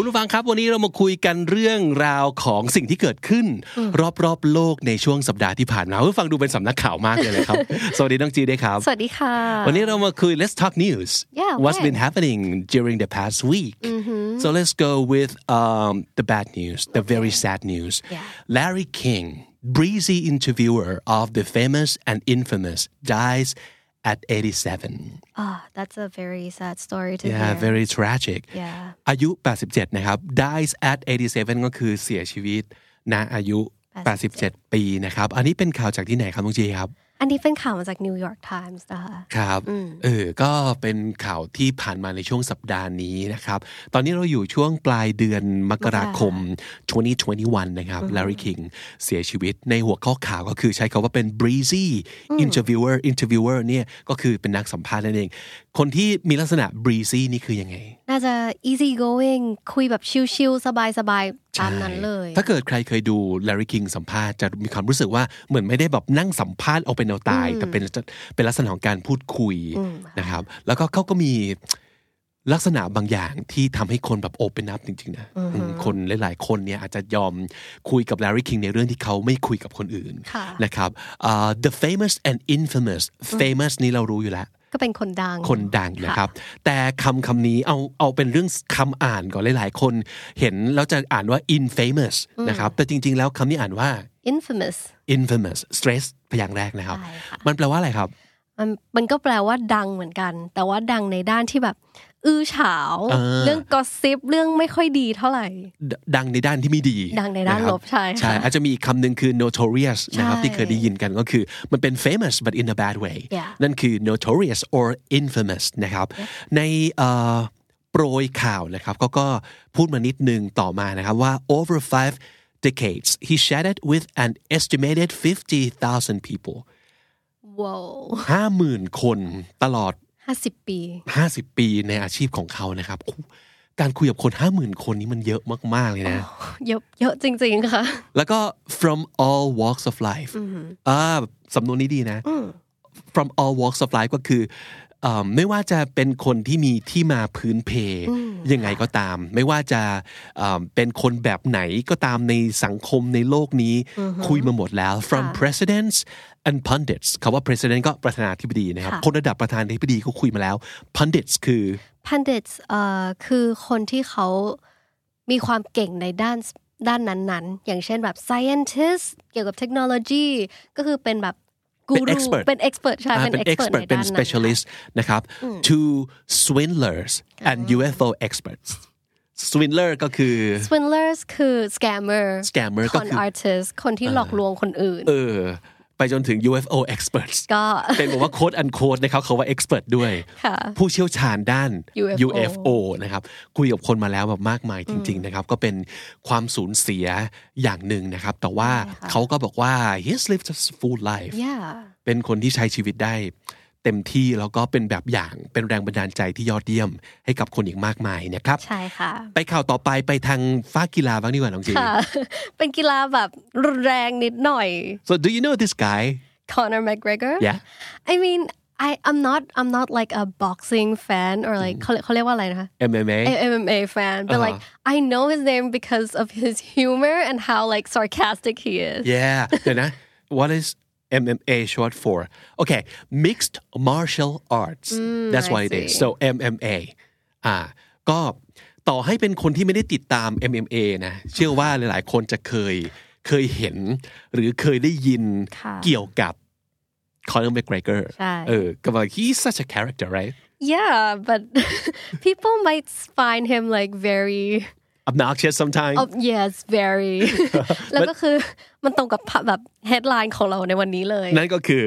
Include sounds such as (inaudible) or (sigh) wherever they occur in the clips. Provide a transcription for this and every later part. คุณผู้ฟังครับวันนี้เรามาคุยกันเรื่องราวของสิ่งที่เกิดขึ้น รอบๆ โลกในช่วงสัปดาห์ที่ผ่านมาเพื่อฟังดูเป็นสำนักข่าวมากเลยนะครับ สวัสดีน้องจีด้วยครับ สวัสดีค่ะ วันนี้เรามาคุย let's talk news Yeah, what's okay. been happening during the past week so let's go with um, the bad news the very sad news Larry King breezy interviewer of the famous and infamous dies at 87 Ah, that's a very sad story to yeah hear. very tragic Yeah. อายุ 87 นะครับ dies at 87 ก็คือเสียชีวิตณอายุ 87 ปีนะครับ อันนี้เป็นข่าวจากที่ไหนครับน้องจีครับ อันนี้เป็นข่าวมาจาก New York Times นะคะ ครับเออก็เป็นข่าวที่ผ่านมาในช่วงสัปดาห์นี้นะครับ ตอนนี้เราอยู่ช่วงปลายเดือนมกราคม 2021 นะครับ Larry King เสียชีวิตในหัวข้อข่าวก็คือใช้คาว่าเป็น breezy interviewer interviewer เนี่ยก็คือเป็นนักสัมภาษณ์นั่นเอง คนที่มีลักษณะ breezy นี่คือยังไง น่าจะ easy going คุยแบบชิลๆ สบายๆ ตามนั้นเลย ถ้าเกิดใครเคยดู Larry King สัมภาษณ์จะมีความรู้สึกว่าเหมือนไม่ได้แบบนั่งสัมภาษณ์เอาเป็นเอาตาย แต่เป็นเป็นลักษณะของการพูดคุยนะครับ แล้วก็เขาก็มีลักษณะบางอย่างที่ทำให้คนแบบโอเปนอัพจริงๆนะอืมคนหลายๆ คนเนี่ยอาจจะยอมคุยกับ Larry King ในเรื่องที่เขาไม่คุยกับคนอื่น ค่ะ นะครับอ่า The famous and infamous famous นี่เรารู้อยู่แล้ว ก็เป็นคนดัง คนดังนะครับ แต่คำคำนี้เอาเอาเป็นเรื่องคำอ่านก่อนหลายๆ คนเห็นแล้วจะอ่านว่า infamous นะครับ แต่จริง ๆ แล้วคำนี้อ่านว่า infamous infamous stress พยางค์แรกนะครับ ใช่ค่ะ มันแปลว่าอะไรครับ มันมันก็แปลว่าดังเหมือนกัน แต่ว่าดังในด้านที่แบบ อื้อฉาว เออ เรื่องกอสซิปเรื่องไม่ค่อยดีเท่าไหร่ ดดังในด้านที่ไม่ดี ดังในด้านะครับลบใช่ค่ะ ใช่อาจจะมีอีกคำหนึ่งคือ notorious นะครับ ใช่ ที่เคยได้ยินกันก็คือ มันเป็น famous but in a bad way Yeah นั่นคือ notorious or infamous นะครับ ในเอ่อโปรยข่าวนะครับก็ก็พูดมานิดนึงต่อมานะครับว่า over five decades he chatted with an estimated 50,000 people ว้าว 50,000 คนตลอด ห้าสิบปี 50 ปีในอาชีพของเขานะครับโอ้โหการคุยกับคน 50,000 คนนี้มันเยอะมาก ๆ เลยนะ เยอะเยอะจริงๆค่ะ แล้วก็ from all walks of life อ่าสำนวนนี้ดีนะ from all walks of life ก็คือเอ่อไม่ว่าจะเป็นคนที่มีที่มาพื้นเพยังไงก็ตาม ไม่ว่าจะเอ่อเป็นคนแบบไหนก็ตามในสังคมในโลกนี้ คุยมาหมดแล้ว from presidents and pundits คำว่า president ก็ประธานาธิบดีนะครับ ค่ะ คนระดับประธานาธิบดีก็คุยมาแล้ว pundits คือ pundits เอ่อคือคนที่เขามีความเก่งในด้านด้านนั้นๆ อย่างเช่นแบบ scientist เกี่ยวกับเทคโนโลยีก็คือเป็นแบบกู เป็น รู expert เป็น expert ใช่ อ่า เป็น เป็น expert expert ใน เป็น ด้านนั้น specialist นะครับ to swindlers and UFO experts swindler ก็คือ swindlers คือ scammer Scammer ก็คือ con artist คนที่หลอกลวงคนอื่น เออ ไปจนถึง UFO experts ก็ เป็นบอกว่าโค้ดอันโค้ดนะครับเขาว่า expert ด้วย ค่ะ ผู้เชี่ยวชาญด้าน UFO UFO นะครับ คุยกับคนมาแล้วแบบมากมายจริง ๆ นะครับ ก็เป็นความสูญเสียอย่างหนึ่งนะครับ แต่ว่าเขาก็บอกว่า he's lived a full life yeah เป็นคนที่ใช้ชีวิตได้เต็มที่แล้วก็เป็นแบบอย่างเป็นแรงบันดาลใจที่ยอดเยี่ยมให้กับคนอีกมากมายนะครับ ใช่ค่ะ (laughs) ไปข่าวต่อไปไปทางฟ้ากีฬาบ้างดีกว่าน้องจี ค่ะ เป็นกีฬาแบบรุนแรงนิดหน่อย so do you know this guy Conor McGregor yeah I mean I I'm not I'm not like a boxing fan or like เขาเรียกเขาเรียกว่าอะไรนะคะ MMA a MMA fan, but like Uh-huh. I know his name because of his humor and how like sarcastic he is. yeah (laughs) เดี๋ยวนะ what is MMA short for okay mixed martial arts that's what it is so MMA อ่าก็ต่อให้เป็นคนที่ไม่ได้ติดตาม MMA นะ เชื่อว่าหลายๆ คนจะเคยเคยเห็น หรือเคยได้ยิน ค่ะ เกี่ยวกับ Conor McGregor ใช่ เออก็บอก he's such a character right Yeah, but (laughs) people might find him like very obnoxious sometimes oh yes very (laughs) แล้วก็คือ (laughs) มันตรงกับแบบ headline ของเราในวันนี้เลย (laughs) นั่นก็คือ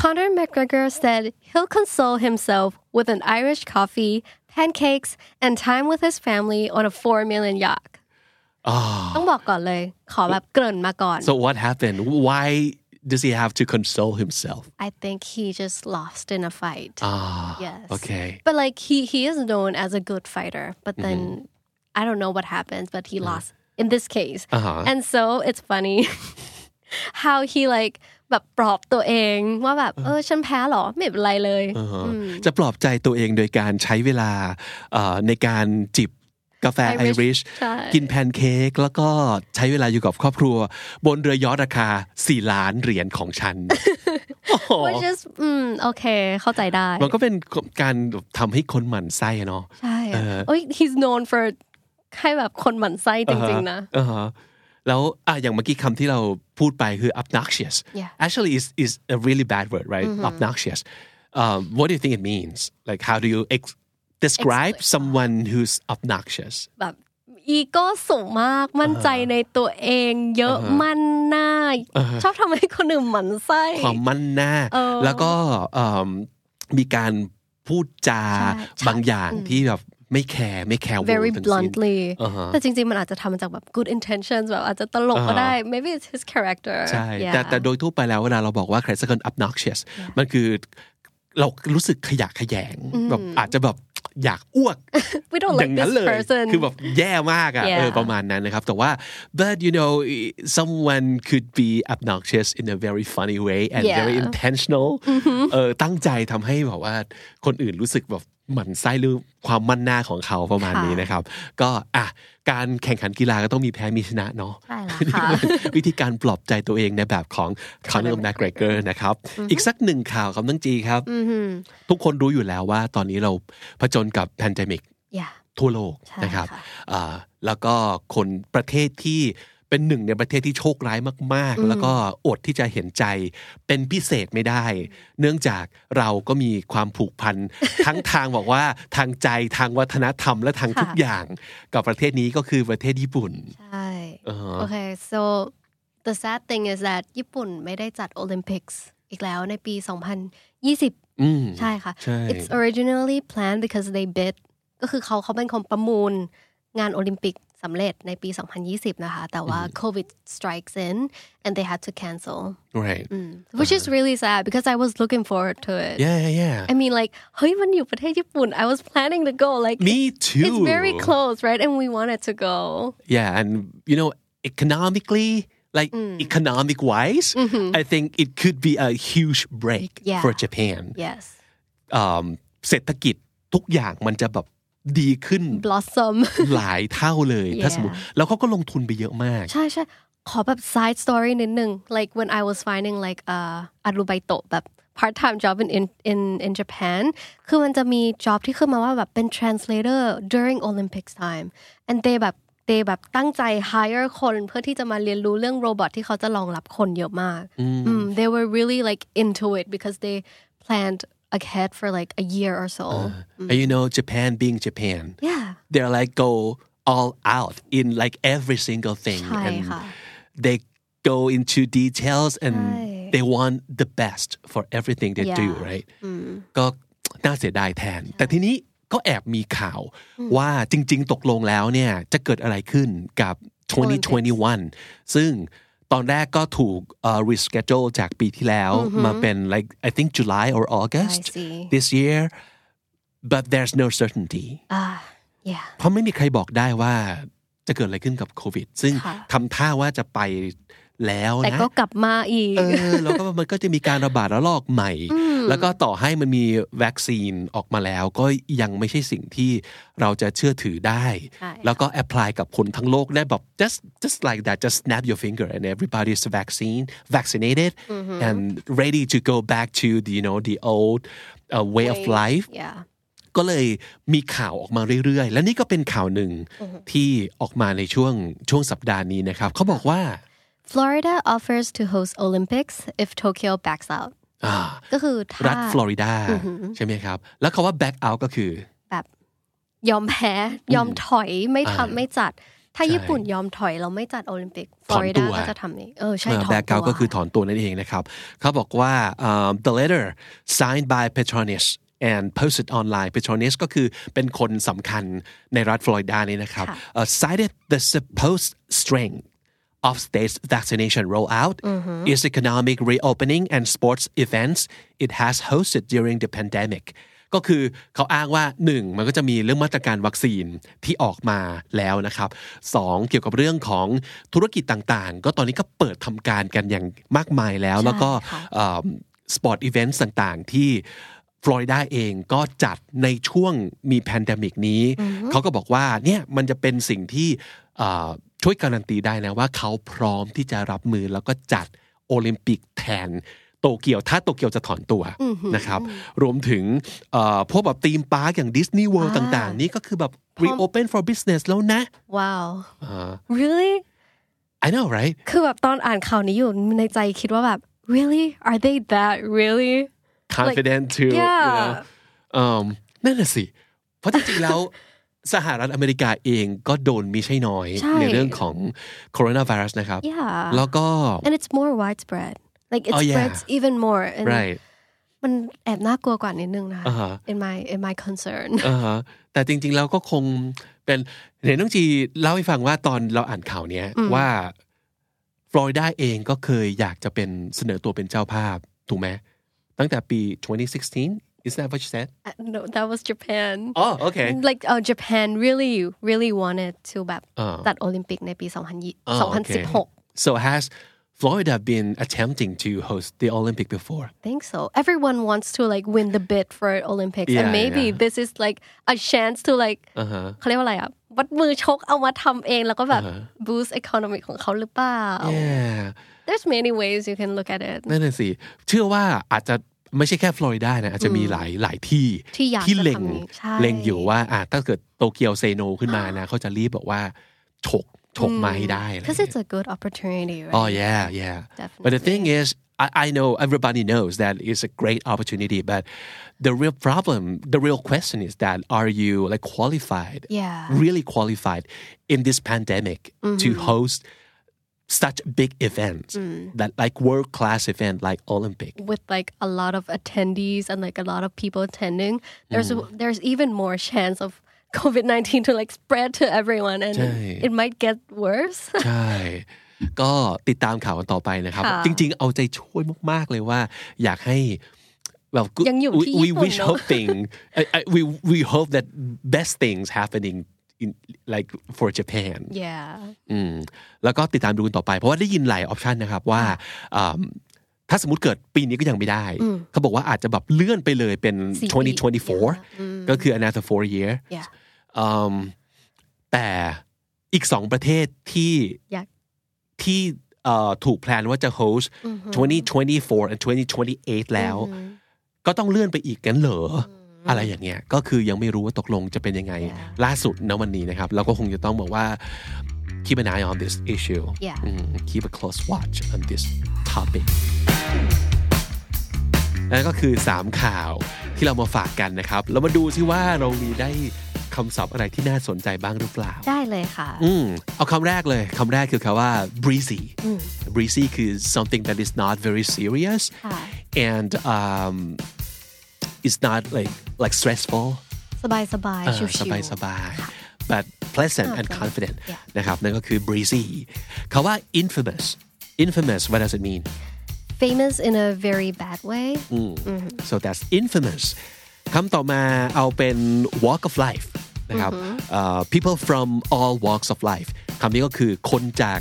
Conor McGregor said he'll console himself with an Irish coffee, pancakes, and time with his family on a four million (gasps) yacht. อ๋อ ต้องบอกก่อนเลย ขอแบบเกริ่นมาก่อน so what happened why does he have to console himself? I think he just lost in a fight. Ah, Yes. okay. But like he he is known as a good fighter, but then I don't know what happens, but he lost in this case. Uh-huh. And so it's funny (laughs) how he like แบบปลอบตัวเองว่าแบบเออฉันแพ้เหรอไม่เป็นไรเลย เออจะปลอบใจตัวเองโดยการใช้เวลาเอ่อในการจิบกาแฟไอ Irish ริช ใช่ กินแพนเค้กแล้วก็ใช้เวลาอยู่กับครอบครัว บนเรือยอชต์ราคา 4 ล้านเหรียญของ (laughs) ฉัน โอ้โห which is อืมโอเค เข้าใจได้ มันก็เป็นการทำให้คนหมั่นไส้อะเนาะ ใช่ เอออะโอ้ย he's known for ให้แบบคนหมั่นไส้จริงๆนะ อ่าฮอ่าฮะแล้วอ่ะอย่างเมื่อกี้คำที่เราพูดไปคือ obnoxious Yeah. actually is is a really bad word right obnoxious um, what do you think it means like how do you ex- describe someone who's obnoxious แบบอีโก้สูงมากมั่นใจในตัวเอง เยอะมั่นหน้า ชอบทำให้คนอื่นหมั่นไส้ ความมั่นหน้า เออ แล้วก็เอิ่มมีการพูดจา ใช่ บางอย่างที่แบบไม่แคร์ไม่แคร์ very ทั้งสิ้น bluntly อ่าฮะ แต่จริงๆ มันอาจจะทำมาจากแบบ good intentions แบบอาจจะตลกก็ได้ maybe it's his character ใช่ Yeah แต่แต่โดยทั่วไปแล้วเวลาเราบอกว่าใครสักคน obnoxious มันคือเรารู้สึกขยะแขยงแบบอาจจะแบบอยากอ้วก we don't อย่า like งนั้น this เลย person คือแบบแย่มากอ่ะ Yeah. เออประมาณนั้นนะครับ แต่ว่า but you know someone could be obnoxious in a very funny way and Yeah. very intentional เออตั้งใจทำให้แบบว่าคนอื่นรู้สึกแบบหมั่นไส้หรือความมั่นหน้าของเขาประมาณนี้นะครับ ก็อ่ะการแข่งขันกีฬาก็ต้องมีแพ้มีชนะเนาะ ใช่แล้วค่ะ วิธีการปลอบใจตัวเองในแบบของคอนเนอร์แมกเกรเกอร์นะครับ อีกสักหนึ่งข่าวครับน้องจีครับ ทุกคนรู้อยู่แล้วว่าตอนนี้เราผจญกับแพนเดมิก yeah ทั่วโลก ใช่ นะครับ ค่ะ อ่าแล้วก็คนประเทศที่เป็นหนึ่งในประเทศที่โชคร้ายมาก ๆ แล้วก็อดที่จะเห็นใจเป็นพิเศษไม่ได้ เนื่องจากเราก็มีความผูกพัน ทั้งทางบอกว่าทางใจทางวัฒนธรรมและทางทุกอย่าง กับประเทศนี้ก็คือประเทศญี่ปุ่น ใช่ อ่าฮะ Okay so the sad thing is that ญี่ปุ่นไม่ได้จัดโอลิมปิกอีกแล้วในปี 2020 อืม ใช่ค่ะ ใช่ it's originally planned because they bid ก็คือเขาเขาเป็นคนประมูลงานโอลิมปิกสำเร็จในปี 2020 นะคะ แต่ว่า COVID strikes in and they had to cancel right Mm. which is really sad because I was looking forward to it Uh-huh. yeah yeah, yeah I mean like เฮ้ยมันอยู่ประเทศญี่ปุ่น I was planning to go like me too it's very close right and we wanted to go yeah and you know economically like economic wise i think it could be a huge break Yeah. for japan yes อืมเศรษฐกิจทุกอย่างมันจะแบบดี (laughs) ขึ้น blossom หลายเท่าเลย ถ้าสมมติ แล้วเขาก็ลงทุนไปเยอะมาก ใช่ใช่ขอแบบ side story นิดนึง like when I was finding like เอ่ออารูไบโตะแบบ part time job in in in in Japan คือมันจะมี job ที่ขึ้นมาว่าแบบเป็น translator during Olympics time and they แบบ they แบบตั้งใจ hire คนเพื่อที่จะมาเรียนรู้เรื่องโรบอทที่เขาจะรองรับคนเยอะมากอืม they were really like into it because they planned ahead for like a year or so and you know japan being japan yeah they're like go all out in like every single thing ใช่ and ค่ะ they go into details and ใช่ they want the best for everything they do Yeah. right ก็น่าเสียดายแทน แต่ทีนี้ก็แอบมีข่าวว่าจริง ๆ ตกลงแล้วเนี่ย จะเกิดอะไรขึ้นกับ 2021 ซึ่งตอนแรกก็ถูกเอ่อ reschedule จากปีที่แล้วมาเป็น like I think July or August I see. this year but there's no certainty ah yeah เพราะไม่มีใครบอกได้ว่าจะเกิดอะไรขึ้นกับโควิด ซึ่ง ค่ะ ทำท่าว่าจะไปแล้ว แต่ นะ ก็กลับมาอีก เออ (laughs) แล้วก็มันก็จะมีการระบาดระลอกใหม่ แล้วก็ต่อให้มันมีวัคซีนออกมาแล้ว ก็ยังไม่ใช่สิ่งที่เราจะเชื่อถือได้ ใช่ แล้วก็แอพพลายกับคนทั้งโลกได้แบบ just just like that just snap your finger and everybody's vaccine vaccinated and ready to go back to the you know the old uh, way of life yeah ก็เลยมีข่าวออกมาเรื่อยๆ และนี่ก็เป็นข่าวหนึ่งที่ออกมาในช่วงช่วงสัปดาห์นี้นะครับเขาบอกว่า Florida offers to host Olympics if Tokyo backs out อ่า ก็คือถ้า รัฐฟลอริดาใช่ไหมครับ แล้วคาว่า back out ก็คือ แบบยอมแพ้ยอมถอยไม่ทำไม่จัด ถ้าญี่ปุ่นยอมถอยเราไม่จัดโอลิมปิกฟล ถ อ อน ริ ตั ดาว ก็จะทำเองเออใช่ เอ่อ ถอน back ตัว out ก็คือถอนตัวนั่นเองนะครับ เขาบอกว่าอ่า the letter signed by Petronas and posted online Petronas ก็คือเป็นคนสำคัญในรัฐฟลอริดานี่นะครับเอ่อ cited the supposed strength of states vaccination rollout, its economic reopening and sports events it has hosted during the pandemic ก็คือเขาอ้างว่าหนึ่งมันก็จะมีเรื่องมาตรการวัคซีนที่ออกมาแล้วนะครับสองเกี่ยวกับเรื่องของธุรกิจต่างๆ ก็ตอนนี้ก็เปิดทำการกันอย่างมากมายแล้ว แล้วก็ ค่ะ สปอร์ตอีเวนต์ต่างๆ ที่ฟลอริดาเองก็จัดในช่วงมีแพนเดมิกนี้ เขาก็บอกว่าเนี่ยมันจะเป็นสิ่งที่เอ่อช่วยการันตีได้นะว่าเขาพร้อมที่จะรับมือแล้วก็จัดโอลิมปิกแทนโตเกียว ถ้าโตเกียวจะถอนตัวนะครับรวมถึงเอ่อพวกแบบธีมปาร์กอย่างดิสนีย์เวิลด์ต่างๆ นี่ก็คือแบบ reopen for business แล้วนะ (laughs) Wow. อ่า Really? I know right คือแบบตอนอ่านข่าวนี้อยู่ในใจคิดว่าแบบ really are they that really confident to you know yeah. um นั่นน่ะสิ เพราะจริงๆแล้ว (laughs) สหรัฐอเมริกาเองก็โดนมิใช่น้อย ใช่ เรื่องของโคโรนาไวรัสนะครับ yeah แล้วก็ and it's more widespread like it Oh, yeah. spreads even more and right มันแอบน่ากลัวกว่านิดนึงนะ อ่าฮะ in my in my concern (laughs) อ่าฮะแต่จริงๆ แล้วก็คงเป็นเห็นน้องจีเล่าให้ฟังว่าตอนเราอ่านข่าวเนี้ยว่าฟลอริดาเองก็เคยอยากจะเป็นเสนอตัวเป็นเจ้าภาพ ถูกไหมตั้งแต่ปี 2016 is that what you said Uh, no that was Japan อ๋อโอเค like uh, Japan really really wanted to แบบ อ่า จัดโอลิมปิกในปี 2020 อ๋อโอเค 2016 so has Florida been attempting to host the Olympic before think so. Everyone wants to like win the bid for Olympics, Yeah, and maybe yeah. Uh-huh. this is like a chance to like อ่าฮะ เขาเรียกว่าอะไรอ่ะวัดมือชกเอามาทำเองแล้วก็แบบ boost economy ของเขาหรือเปล่า Uh-huh. yeah There's many ways you can look at it นั่นน่ะสิ เชื่อว่าอาจจะไม่ใช่แค่ฟลอริดานะอาจจะมีหลายหลายที่ ที่อยาก ที่เล็ง จะทำอย่างนี้ใช่ เล็งอยู่ว่าอ่ะถ้าเกิดโตเกียวเซโนขึ้นมานะเขาจะรีบบอกว่า ฉก ฉกมาให้ได้อะไรอย่าง because เงี้ย it's a good opportunity right Oh yeah, yeah. But the Definitely. thing is, I, I know everybody knows that it's a great opportunity, but the real problem, the real question is that are you like qualified, Yeah. Mm-hmm. really qualified in this pandemic to host such big events Mm. that like world class event like Olympic? with like a lot of attendees and like a lot of people attending there's there's even more chance of covid-19 to like spread to everyone and ใช่ it might get worse (laughs) ใช่ ก็ติดตามข่าวกันต่อไปนะครับ จริง ๆ เอาใจช่วยมาก ๆ เลยว่า อยากให้แบบ good- ยังอยู่ที่ we- ญี่ we ปุ่น wish เนอะ hoping I- I- we we hope that best things happening in like for Japan yeah อืมแล้วก็ติดตามดูกันต่อไป เพราะว่าได้ยินหลายออปชันนะครับว่าอ่ำถ้าสมมติเกิดปีนี้ก็ยังไม่ได้ เขาบอกว่าอาจจะแบบเลื่อนไปเลยเป็น สี่ปี 2024 ก็คือ another four year yeah อืมแต่อีกสองประเทศที่ อยาก ที่เอ่อถูกแพลนว่าจะ host 2024 and 2028 แล้ว ก็ต้องเลื่อนไปอีกกันเหรอออะไรอย่างเงี้ยก็คือยังไม่รู้ว่าตกลงจะเป็นยังไง ล่าสุดนะวันนี้นะครับ เราก็คงจะต้องบอกว่า keep an eye on this issue Yeah. อืม keep a close watch on this topic นั่นก็คือ 3 ข่าวที่เรามาฝากกันนะครับ แล้วมาดูที่ว่าเรามีได้คำศัพท์อะไรที่น่าสนใจบ้างหรือเปล่า ได้เลยค่ะ อืม Hmm. เอาคำแรกเลยคำแรกคือคำว่า breezy Hmm. breezy คือ something that is not very serious ค่ะ and um, it's not like like stressful สบายสบาย เออ ชิวๆ สบายสบายๆ but pleasant and confident นะครับนั่นก็คือ breezy คำว่า infamous infamous what does it mean famous in a very bad way so that's infamous คำต่อมาเอาเป็น walk of life นะครับเอ่อ people from all walks of life คำนี้ก็คือคนจาก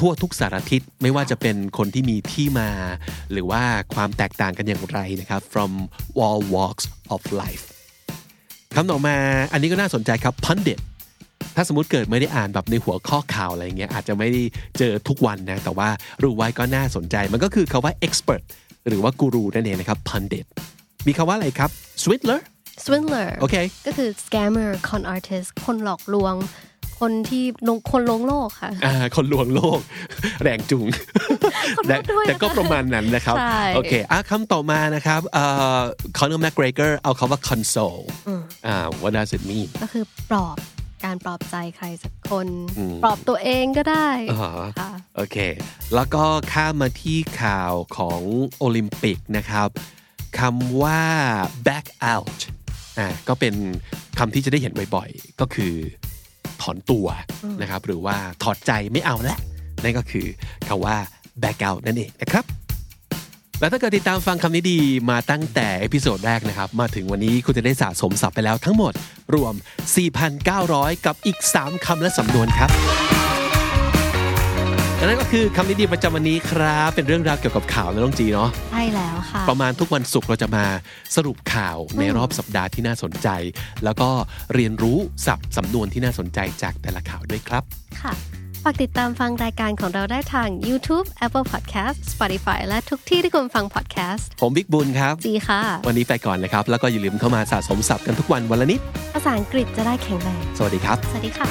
ทั่วทุกสารทิศ ไม่ว่าจะเป็นคนที่มีที่มา หรือว่าความแตกต่างกันอย่างไรนะครับ from all walks of life คำต่อมาอันนี้ก็น่าสนใจครับ pundit ถ้าสมมติเกิดไม่ได้อ่านแบบในหัวข้อข่าวอะไรเงี้ยอาจจะไม่ได้เจอทุกวันนะ แต่ว่ารู้ไว้ก็น่าสนใจ มันก็คือคาว่า expert หรือว่ากูรูนั่นเองนะครับ pundit มีคาว่าอะไรครับ swindler swindler โอเค ก็คือ scammer con artist คนหลอกลวง คนที่ลงคนลวงโลก (laughs) ค่ะ อ่าคนลวงโลก (laughs) แรง (laughs) จุง แต่ ด้วยนะคะ แต่ก็ประมาณนั้นนะครับ ใช่ โอเคอ่ะคำต่อมานะครับคอนเนอร์แมกเกรเกอร์เอาคาว่า console อ่า what does it mean ก็คือปลอบการปลอบใจใครสักคน ปลอบตัวเองก็ได้ อ๋อ ค่ะ โอเค แล้วก็ข้ามมาที่ข่าวของโอลิมปิกนะครับคำว่า back out อ่าก็เป็นคำที่จะได้เห็นบ่อยๆ ก็คือถอนตัวนะครับ หรือว่าถอดใจไม่เอาแล้ว นั่นก็คือคำว่า back out นั่นเองนะครับ และถ้าเกิดติดตามฟังคำนี้ดีมาตั้งแต่เอพิโซดแรกนะครับ มาถึงวันนี้คุณจะได้สะสมศัพท์ไปแล้วทั้งหมดรวม 4,900 กับอีก 3คำและสำนวนครับ และนั่นก็คือคำนี้ดีประจำวันนี้ครับ เป็นเรื่องราวเกี่ยวกับข่าวนะน้องจีเนาะ ใช่แล้วค่ะ ประมาณทุกวันศุกร์เราจะมาสรุปข่าวในรอบสัปดาห์ที่น่าสนใจ แล้วก็เรียนรู้ศัพท์สำนวนที่น่าสนใจจากแต่ละข่าวด้วยครับ ค่ะ ฝากติดตามฟังรายการของเราได้ทาง YouTube Apple Podcast Spotify และทุกที่ที่คุณฟัง podcast ผมบิ๊กบุญครับ (laughs) จีค่ะ วันนี้ไปก่อนนะครับ แล้วก็อย่าลืมเข้ามาสะสมศัพท์กันทุกวันวันละนิด ภาษาอังกฤษจะได้แข็งแรง สวัสดีครับ สวัสดีค่ะ